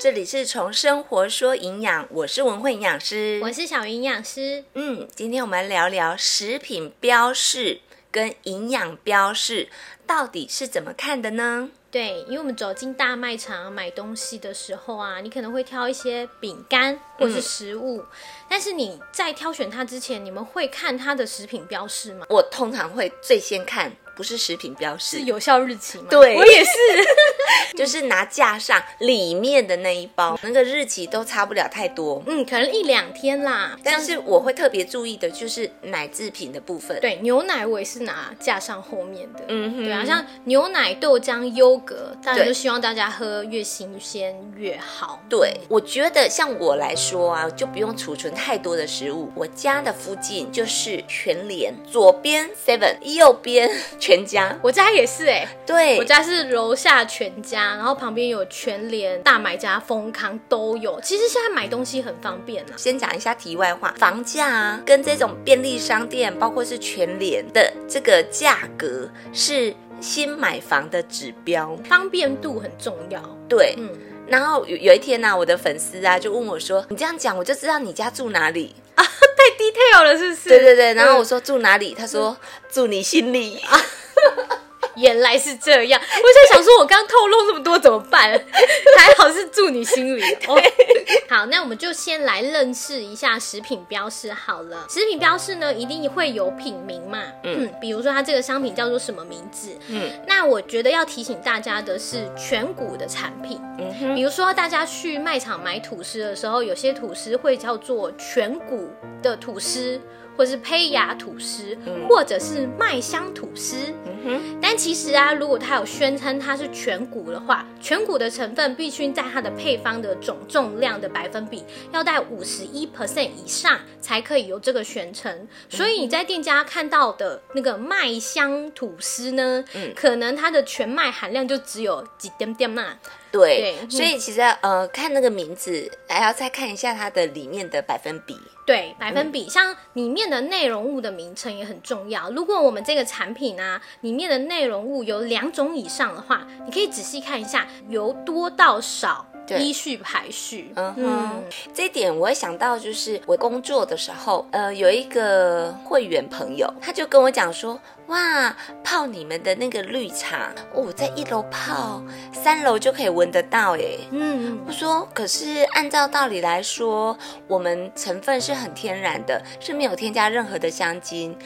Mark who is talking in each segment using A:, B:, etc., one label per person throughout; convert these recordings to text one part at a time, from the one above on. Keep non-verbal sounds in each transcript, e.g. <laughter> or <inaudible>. A: 这里是从生活说营养，我是文慧营养师，
B: 我是小云营养师。
A: 嗯，今天我们聊聊食品标示跟营养标示到底是怎么看的呢？
B: 对，因为我们走进大卖场买东西的时候啊，你可能会挑一些饼干或
A: 嗯
B: 是食物，但是你在挑选它之前，你们会看它的食品标示吗？
A: 我通常会最先看，不是食品标示
B: 是，有效日期吗？
A: 对
B: 我也是。
A: <laughs> 就是拿架上里面的那一包，那个日期都差不了太多。
B: 嗯，可能一两天啦。
A: 但
B: 像
A: 是我会特别注意的就是奶制品的部分。，
B: 对牛奶，我也是拿架上后面的。
A: 嗯哼
B: 对啊，像牛奶、豆浆、优格，当然
A: 对
B: 就希望大家喝越新鲜越好。
A: 对，我觉得像我来说啊，就不用储存太多的食物。我家的附近就是全联，左边 Seven，右边全家。
B: 我家也是哎、
A: 对，
B: 我家是楼下全家，然后旁边有全联、大买家、丰康都有。其实现在买东西很方便啊啦。
A: 先讲一下题外话，房价啊，跟这种便利商店，包括是全联的这个价格是新买房的指标。
B: 方便度很重要。
A: 对，
B: 嗯，
A: 然后有有一天呢、我的粉丝啊就问我说：“你这样讲，我就知道你家住哪里。
B: 太 detail 了，是不”是？
A: 对对对，
B: 嗯
A: 然后我说住哪里？他说住你心里。
B: <laughs> 原来是这样。我在想说，我刚透露那么多怎么办？ <laughs> 还好是住
A: <laughs>
B: 你心里。哦，好，那我们就先来认识一下食品标示好了。食品标示呢，一定会有品名嘛，嗯，比如说它这个商品叫做什么名字。
A: 嗯
B: 那我觉得要提醒大家的是，全谷的产品，
A: 嗯哼，
B: 比如说，大家去卖场买吐司的时候，有些吐司会叫做全谷的吐司，或是胚芽吐司，或者是麦香吐司。
A: 嗯哼，
B: 但其实啊，如果它有宣称它是全谷的话，全谷的成分必须在它的配方的总重量的百分比要在五十一 percent 以上才可以有这个宣称。所以你在店家看到的那个麦香吐司呢，
A: 嗯
B: 可能它的全麦含量就只有几点点嘛、
A: 对，嗯
B: 对
A: 所以其实呃，看那个名字，还要再看一下它的里面的百分比。
B: 对，百分比、像里面的内容物的名称也很重要。如果我们这个产品啊，里面的内容物有两种以上的话，你可以仔细看一下，由多到少
A: 对
B: 依序排序。
A: 嗯哼，这一点我会想到，就是我工作的时候，呃，有一个会员朋友，他就跟我讲说，哇，泡你们的那个绿茶，哦，我在一楼泡，三楼就可以闻得到耶。
B: 嗯，
A: 我说，可是按照道理来说，我们成分是很天然的，是没有添加任何的香精，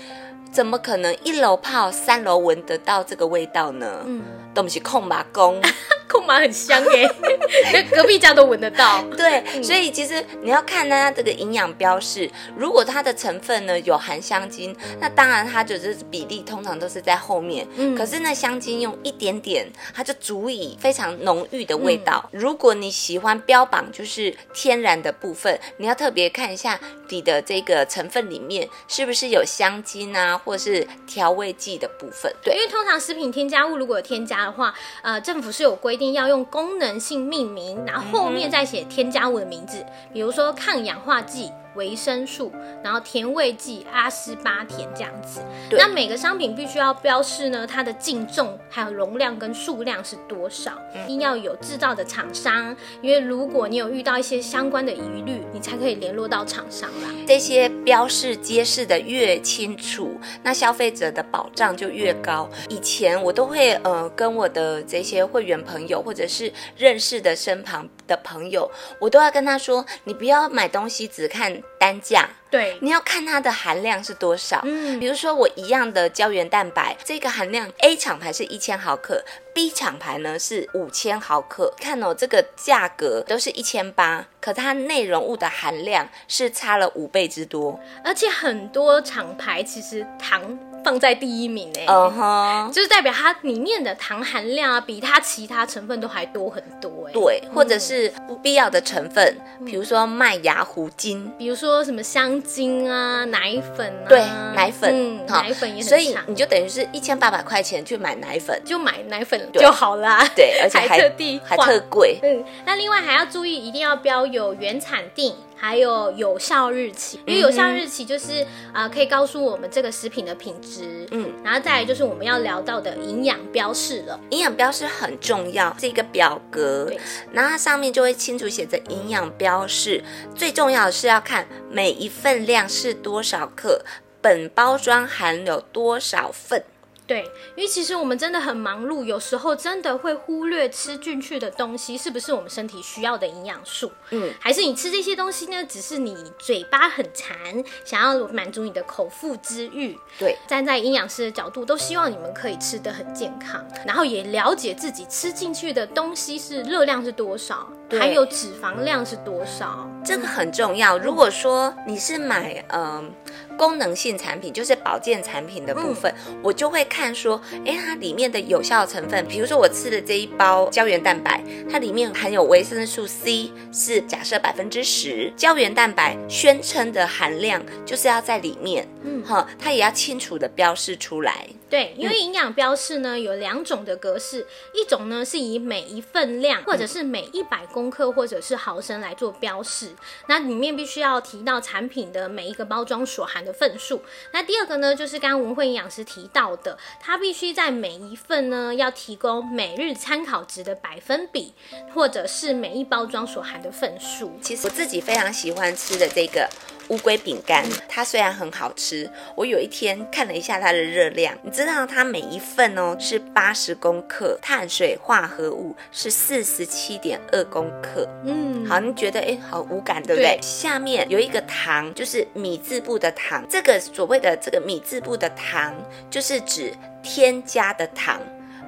A: 怎么可能一楼泡三楼闻得到这个味道呢？
B: 嗯， <laughs>
A: 都不是空吧公。
B: 空麻很香哎、 <laughs> 那隔壁家都闻得到。
A: 对，所以其实你要看它这个营养标示，如果它的成分呢有含香精，那当然它就是比例通常都是在后面。
B: 嗯
A: 可是呢，香精用一点点，它就足以非常浓郁的味道。如果你喜欢标榜就是天然的部分，你要特别看一下你的这个成分里面是不是有香精啊，或是调味剂的部分。对
B: 因，为通常食品添加物如果有添加的话，呃，政府是有规定要用功能性命名，然后后面再写添加物的名字，比如说抗氧化剂、维生素，然后甜味剂、阿斯巴甜这样子。
A: 对
B: 那每个商品必须要标示呢它的净重、还有容量跟数量是多少，
A: 嗯
B: 一定要有制造的厂商，因为如果你有遇到一些相关的疑虑，你才可以联络到厂商啦。
A: 这些标示揭示的越清楚，那消费者的保障就越高。以前我都会呃跟我的这些会员朋友或者是认识的身旁的朋友，我都要跟他说，你不要买东西只看单价，
B: 对，
A: 你要看它的含量是多少。
B: 嗯
A: 比如说我一样的胶原蛋白，这个含量 A 厂牌是一千毫克，B 厂牌呢是五千毫克。看哦，这个价格都是一千八，可它内容物的含量是差了五倍之多。
B: 而且很多厂牌其实糖放在第一名哎、
A: 嗯哼。
B: 就是代表它里面的糖含量啊，比它其他成分都还多很多哎、
A: 对，或者是不必要的成分，比如说麦芽糊精，
B: 比如说什么香精啊、奶粉啊，
A: 对，奶粉，
B: 嗯，
A: 好
B: 奶粉也
A: 所
B: 很
A: 以
B: 常，
A: 你就等于是一千八百块钱去买奶粉，
B: 就买奶粉
A: 对
B: 就好啦。
A: 对，而且
B: <laughs> 还特地
A: 还
B: 画
A: 特贵，
B: 嗯，那另外还要注意，一定要标有原产地，还有有效日期，因为有效日期就是啊、呃可以告诉我们这个食品的品质，
A: 嗯，
B: 然后再来就是我们要聊到的营养标示了，
A: 营养标示很重要，是一个表格
B: 对，
A: 然后它上面就会清楚写着营养标示。最重要的是要看每一份量是多少克，本包装含有多少份。
B: 对，因为其实我们真的很忙碌，有时候真的会忽略吃进去的东西是不是我们身体需要的营养素。
A: 嗯，
B: 还是你吃这些东西呢，只是你嘴巴很馋，想要满足你的口腹之欲。
A: 对，
B: 站在营养师的角度，都希望你们可以吃得很健康，然后也了解自己吃进去的东西是热量是多少，
A: 对
B: 还有脂肪量是多少。
A: 这个很重要。如果说你是买嗯、功能性产品，就是保健产品的部分，我就会看说，诶，它里面的有效成分，比如说我吃的这一包胶原蛋白，它里面含有维生素 C 是假设百分之十，胶原蛋白宣称的含量就是要在里面，嗯，哈，它也要清楚的标示出来。
B: 对，
A: 嗯
B: 因为营养标示呢有两种的格式，一种呢是以每一份
A: 嗯
B: 量或者是每一百公克或者是毫升来做标示，那里面必须要提到产品的每一个包装所含的份数。那第二个呢，就是刚刚文慧营养师提到的，它必须在每一份呢要提供每日参考值的百分比，或者是每一包装所含的份数。
A: 其实我自己非常喜欢吃的这个乌龟饼干，它虽然很好吃，我有一天看了一下它的热量，你知道它每一份哦是八十公克，碳水化合物是四十七点二公克。
B: 嗯，
A: 好，你觉得诶好无感，对不对？
B: 对
A: 下面有一个糖，就是米字部的糖。这个所谓的这个米字部的糖，就是指添加的糖，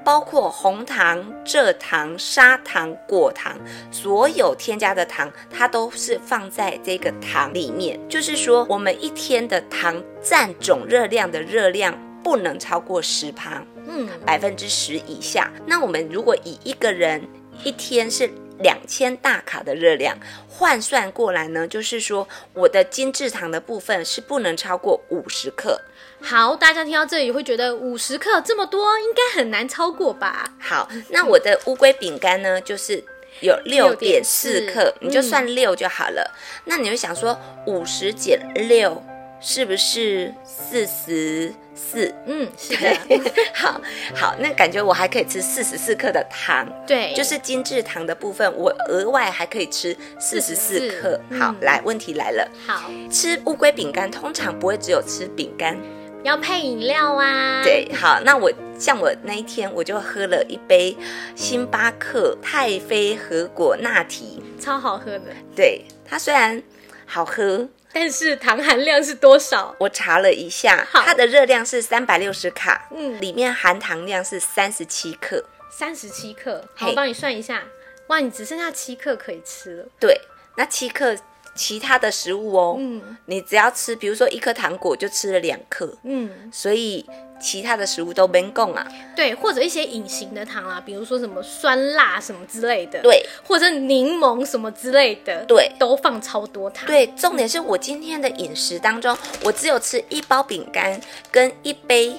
A: 包括红糖、蔗糖、砂糖、果糖，所有添加的糖，它都是放在这个糖里面。就是说，我们一天的糖占总热量的热量不能超过十趴。
B: 嗯，
A: 百分之十以下。那我们如果以一个人一天是两千大卡的热量换算过来呢，就是说我的精制糖的部分是不能超过五十克。
B: 好，大家听到这里会觉得五十克这么多，应该很难超过吧？
A: 好，那我的乌龟饼干呢，就是。有六点四
B: 6.4
A: 克，你就
B: 嗯
A: 算六就好了。那你会想说，五十减六是不是四十四？
B: 嗯，是的。
A: <laughs> 好好，那感觉我还可以吃四十四克的糖。
B: 对，
A: 就是精制糖的部分，我额外还可以吃四十四
B: 44
A: 克。好
B: 嗯，
A: 来，问题来了，
B: 好，
A: 吃乌龟饼干通常不会只有吃饼干，
B: 要配饮料啊。，
A: 对，好，那我像我那一天我就喝了一杯星巴克太妃核果拿提，
B: 超好喝的。
A: 对，它虽然好喝，
B: 但是糖含量是多少？
A: 我查了一下，
B: 好
A: 它的热量是三百六十卡，
B: 嗯
A: 里面含糖量是三十七克，
B: 三十七克。
A: 嘿
B: 好，我帮你算一下。哇，你只剩下七克可以吃了。
A: 对，那七克其他的食物哦，
B: 嗯
A: 你只要吃，比如说一颗糖果就吃了两克，
B: 嗯，
A: 所以其他的食物都没供啊。
B: 对，或者一些隐形的糖啦、比如说什么酸辣什么之类的，，
A: 对
B: 或者柠檬什么之类的，
A: 对
B: 都放超多糖。，
A: 对，重点是我今天的饮食当中，我只有吃一包饼干跟一杯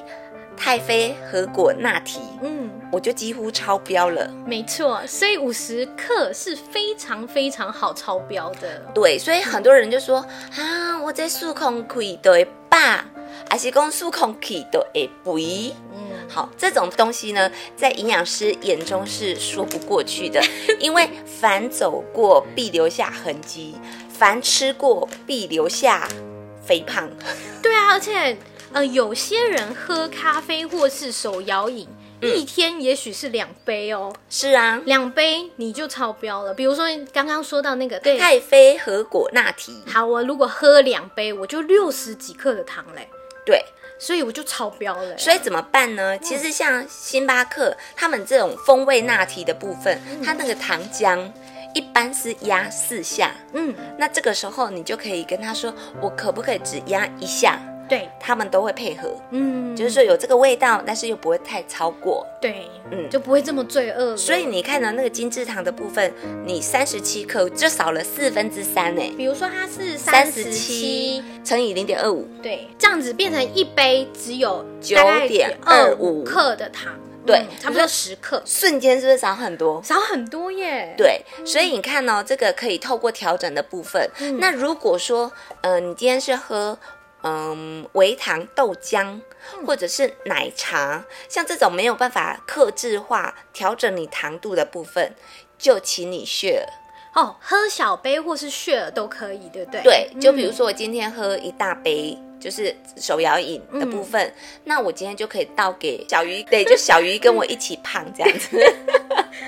A: 太妃和果拿提，
B: 嗯，
A: 我就几乎超标了。
B: 没错，所以五十克是非常非常好超标的。
A: 对，所以很多人就说啊，我这数控可以对吧？还是讲数控可以对肥？
B: 嗯，
A: 好，这种东西呢，在营养师眼中是说不过去
B: <laughs>
A: 的，因为凡走过必留下痕迹，凡吃过必留下肥胖。
B: 对啊，而且呃，有些人喝咖啡或是手摇饮，
A: 嗯
B: 一天也许是两杯哦，
A: 是啊，
B: 两杯你就超标了。比如说刚刚说到那个，对，
A: 太妃和果纳提，
B: 好，我如果喝两杯，我就六十几克的糖嘞，
A: 对，
B: 所以我就超标了。
A: 所以怎么办呢？其实像星巴克他们这种风味纳提的部分，它那个糖浆一般是压四下，
B: 嗯，
A: 那这个时候你就可以跟他说，我可不可以只压一下？
B: 对，
A: 他们都会配合。
B: 嗯，
A: 就是说有这个味道，但是又不会太超过。
B: 对，
A: 嗯
B: 就不会这么罪恶了。
A: 所以你看到那个精制糖的部分，你三十七克就少了四分之三呢，
B: 比如说它是三
A: 三
B: 十
A: 十
B: 七
A: 七，乘以零点二五，
B: 对，这样子变成一杯只有
A: 9.25
B: 二五克的糖，
A: 对，
B: 嗯差不多十克，
A: 瞬间是不是少很多？
B: 少很多耶。，
A: 对，所以你看哦，这个可以透过调整的部分。那如果说，嗯、你今天是喝嗯微糖豆浆或者是奶茶，像这种没有办法克制化调整你糖度的部分，就请你 share。
B: 哦，喝小杯或是血儿都可以，对不对？
A: 对，就
B: 嗯
A: 比如说我今天喝一大杯。就是手摇饮的部分，那我今天就可以倒给小鱼，对，就小鱼跟我一起胖这样子。 <laughs>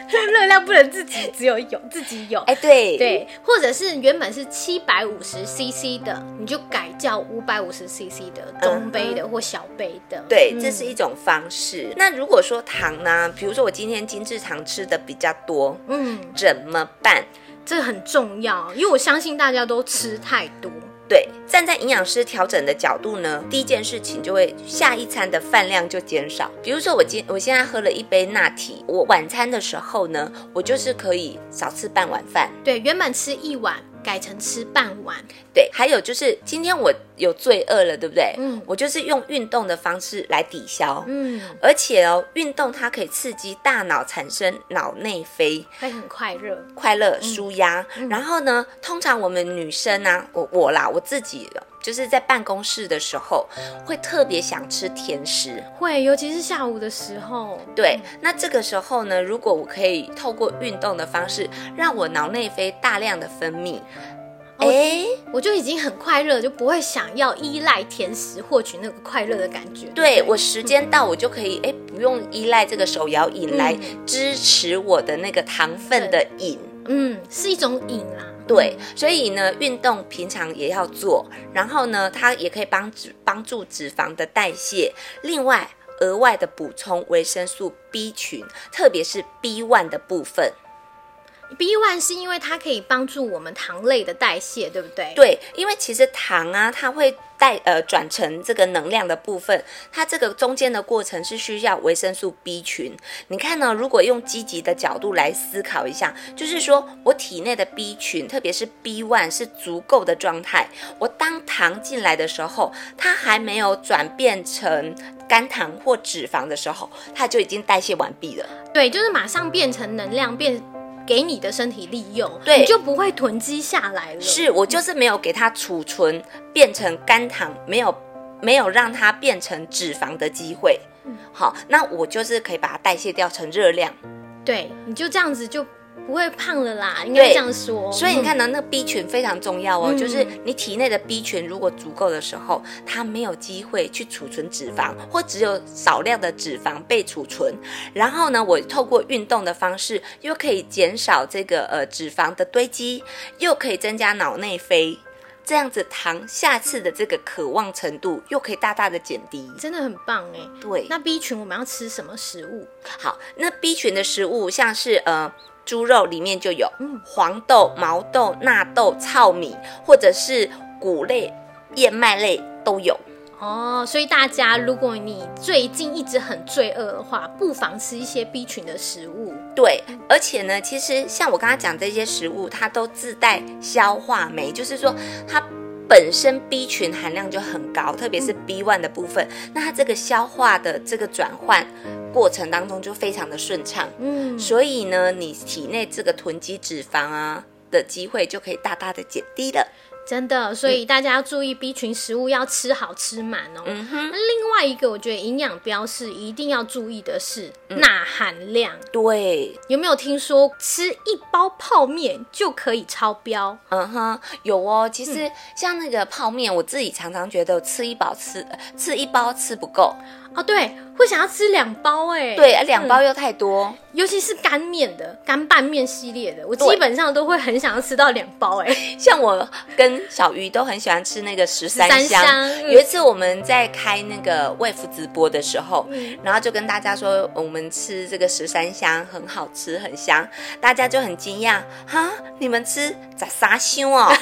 B: 这热量不能自己只有有，自己有。
A: 哎、对，
B: 对，或者是原本是七百五十 CC 的，你就改叫五百五十 CC 的中杯的或小杯的。
A: 对，
B: 嗯
A: 这是一种方式。那如果说糖呢，比如说我今天精致糖吃的比较多，
B: 嗯，
A: 怎么办？
B: 这很重要，因为我相信大家都吃太多。
A: 对，站在营养师调整的角度呢，第一件事情就会下一餐的饭量就减少。比如说我今我现在喝了一杯拿铁，我晚餐的时候呢，我就是可以少吃半碗饭。
B: 对，原本吃一碗，改成吃半碗。
A: 对，还有就是今天我有罪恶了，对不对？
B: 嗯
A: 我就是用运动的方式来抵消。
B: 嗯，
A: 而且哦，运动它可以刺激大脑产生脑内啡，
B: 会很快乐。
A: 快乐、舒压。
B: 嗯
A: 然后呢，通常我们女生啊，我我啦，我自己就是在办公室的时候，会特别想吃甜食。
B: 会，尤其是下午的时候。
A: 对，
B: 嗯
A: 那这个时候呢，如果我可以透过运动的方式，让我脑内啡大量的分泌，哎、
B: 哦我就已经很快乐，就不会想要依赖甜食获取那个快乐的感觉。
A: 对我时间到，我就可以哎、不用依赖这个手摇饮来
B: 嗯
A: 支持我的那个糖分的饮。
B: 嗯，是一种瘾啦。
A: 对，所以呢，运动平常也要做，然后呢，它也可以帮脂帮助脂肪的代谢，另外额外的补充维生素 B 群，特别是 B one 的部分。
B: B one 是因为它可以帮助我们糖类的代谢，对不对？，
A: 对，因为其实糖啊，它会带呃转成这个能量的部分，它这个中间的过程是需要维生素 B 群。你看呢、如果用积极的角度来思考一下，就是说我体内的 B 群，特别是 B one 是足够的状态，我当糖进来的时候，它还没有转变成肝糖或脂肪的时候，它就已经代谢完毕了。
B: 对，就是马上变成能量，变给你的身体利用，
A: 对
B: 你就不会囤积下来了。
A: 是我就是没有给它储存变成肝糖，没有没有让它变成脂肪的机会。好，那我就是可以把它代谢掉成热量。
B: 对，你就这样子就不会胖了啦，应该
A: 对
B: 这样说。
A: 所以你看
B: 嗯，
A: 呢，那个 B 群非常重要哦，
B: 嗯
A: 就是你体内的 B 群如果足够的时候，它没有机会去储存脂肪，或只有少量的脂肪被储存。然后呢，我透过运动的方式，又可以减少这个呃脂肪的堆积，又可以增加脑内啡。这样子糖下次的这个渴望程度又可以大大的减低。
B: 真的很棒哎。
A: 对，
B: 那 B 群我们要吃什么食物？
A: 好，那 B 群的食物像是呃猪肉里面就有黄豆、毛豆、纳豆、糙米，或者是谷类、燕麦类都有。
B: 哦，所以大家，如果你最近一直很罪恶的话，不妨吃一些 B 群的食物。
A: 对，而且呢，其实像我刚刚讲这些食物，它都自带消化酶，就是说它本身 B 群含量就很高，特别是 B one 的部分，那它这个消化的这个转换过程当中就非常的顺畅。
B: 嗯，
A: 所以呢，你体内这个囤积脂肪啊的机会就可以大大的减低了。
B: 真的，所以大家要注意 B 群食物要吃好吃满哦。
A: 嗯哼，
B: 那另外一个，我觉得营养标示一定要注意的是
A: 嗯
B: 钠含量。
A: 对，
B: 有没有听说吃一包泡面就可以超标？
A: 嗯哼，有哦。其实像那个泡面，我自己常常觉得吃一包吃呃吃一包吃不够，
B: 哦，对，会想要吃两包哎。
A: 对，啊两包又太多。
B: 尤其是干面的、干拌面系列的，我
A: 对
B: 基本上都会很想要吃到两包哎。
A: 像我跟小鱼都很喜欢吃那个十三
B: 13
A: 香。
B: 香嗯
A: 有一次我们在开那个卫福直播的时候，
B: 嗯
A: 然后就跟大家说我们吃这个十三香很好吃，很香，大家就很惊讶哈，你们吃咋啥香
B: <laughs>
A: 哦？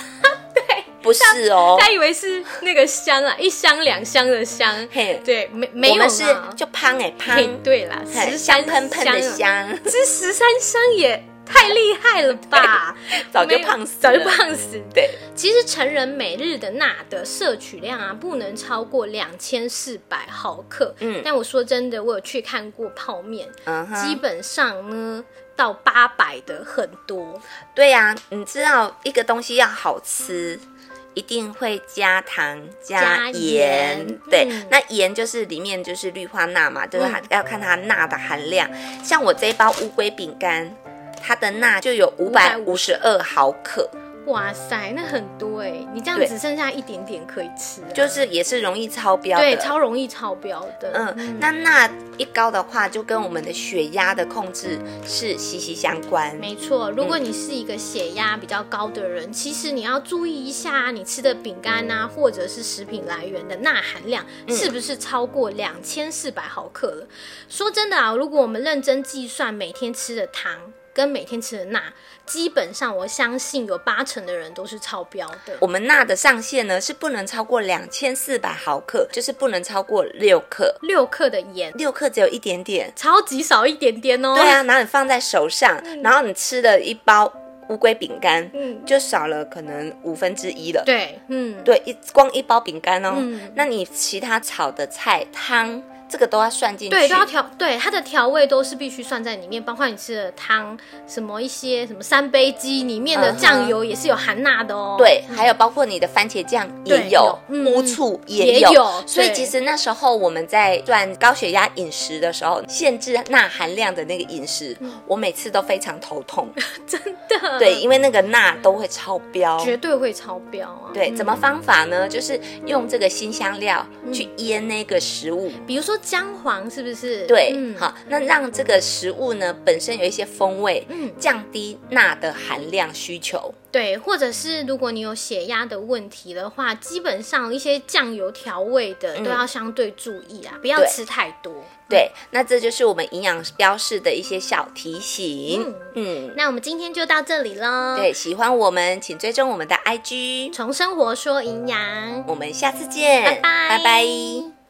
A: 对，不是哦，
B: 他以为是那个
A: <laughs>
B: 香啊，一箱两箱的香。
A: 嘿，
B: 对，没没有
A: 我
B: 啦
A: 们是就胖哎、
B: 嘿
A: 胖，
B: 对啦，
A: 嘿
B: 十
A: 香
B: 三
A: 喷喷的
B: 啊
A: 香。
B: 吃十三香也太厉害了吧！
A: 早就
B: 没有
A: 胖死了，
B: 早就胖死。
A: 对，
B: 其实成人每日的钠的摄取量啊，不能超过两千四百毫克。
A: 嗯
B: 但我说真的，我有去看过泡面，
A: 嗯哼，
B: 基本上呢到八百的很多。
A: 对呀、你知道一个东西要好吃，一定会加糖
B: 加
A: 加盐。
B: 盐
A: 对，
B: 嗯
A: 那盐就是里面就是氯化钠嘛，就是它
B: 嗯
A: 要看它钠的含量。像我这一包乌龟饼干，它的钠就有五百五十二毫克，
B: 哇塞，那很多哎、你这样
A: 对
B: 只剩下一点点可以吃啊、
A: 就是也是容易超标的。
B: 对，超容易超标的。
A: 嗯，那钠一高的话，就跟我们的血压的控制是息息相关。
B: 没错，如果你是一个血压比较高的人，其实你要注意一下你吃的饼干啊，或者是食品来源的钠含量
A: 嗯
B: 是不是超过两千四百毫克了。说真的啊，如果我们认真计算每天吃的糖跟每天吃的钠，基本上我相信有八成的人都是超标的。
A: 我们钠的上限呢是不能超过两千四百毫克，就是不能超过六克。
B: 六克的盐，
A: 六克只有一点点，
B: 超级少一点点哦。
A: 对啊，然后你放在手上，然后你吃了一包乌龟饼干，
B: 嗯，
A: 就少了可能五分之一了。
B: 对，嗯，
A: 对，一光一包饼干哦，
B: 嗯
A: 那你其他炒的菜汤这个都要算进去。
B: 对，都要调，对它的调味都是必须算在里面，包括你吃的汤，什么一些什么三杯鸡里面的
A: 嗯哼
B: 酱油也是有含钠的哦。
A: 对还有包括你的番茄酱也
B: 对
A: 有，
B: 有嗯
A: 乌醋
B: 也
A: 也有，
B: 有
A: 所以
B: 对
A: 其实那时候我们在算高血压饮食的时候，限制钠含量的那个饮食，我每次都非常头痛。
B: 嗯 <laughs> 真的，
A: 对，，因为那个钠都会超标，
B: 绝对会超标啊。
A: 对，
B: 嗯
A: 怎么方法呢？就是用这个新香料
B: 嗯
A: 去腌那个食物。
B: 比如说姜黄是不是？
A: 对，
B: 嗯，
A: 好，那让这个食物呢本身有一些风味，
B: 嗯
A: 降低钠的含量需求。
B: 对，或者是如果你有血压的问题的话，基本上一些酱油调味的
A: 嗯
B: 都要相对注意啊，不要
A: 对
B: 吃太多。
A: 对，
B: 嗯
A: 那这就是我们营养标示的一些小提醒。嗯，
B: 那我们今天就到这里喽。，
A: 对，喜欢我们请追踪我们的 IG，
B: 从生活说营养，
A: 我们下次见，
B: 拜拜
A: 拜拜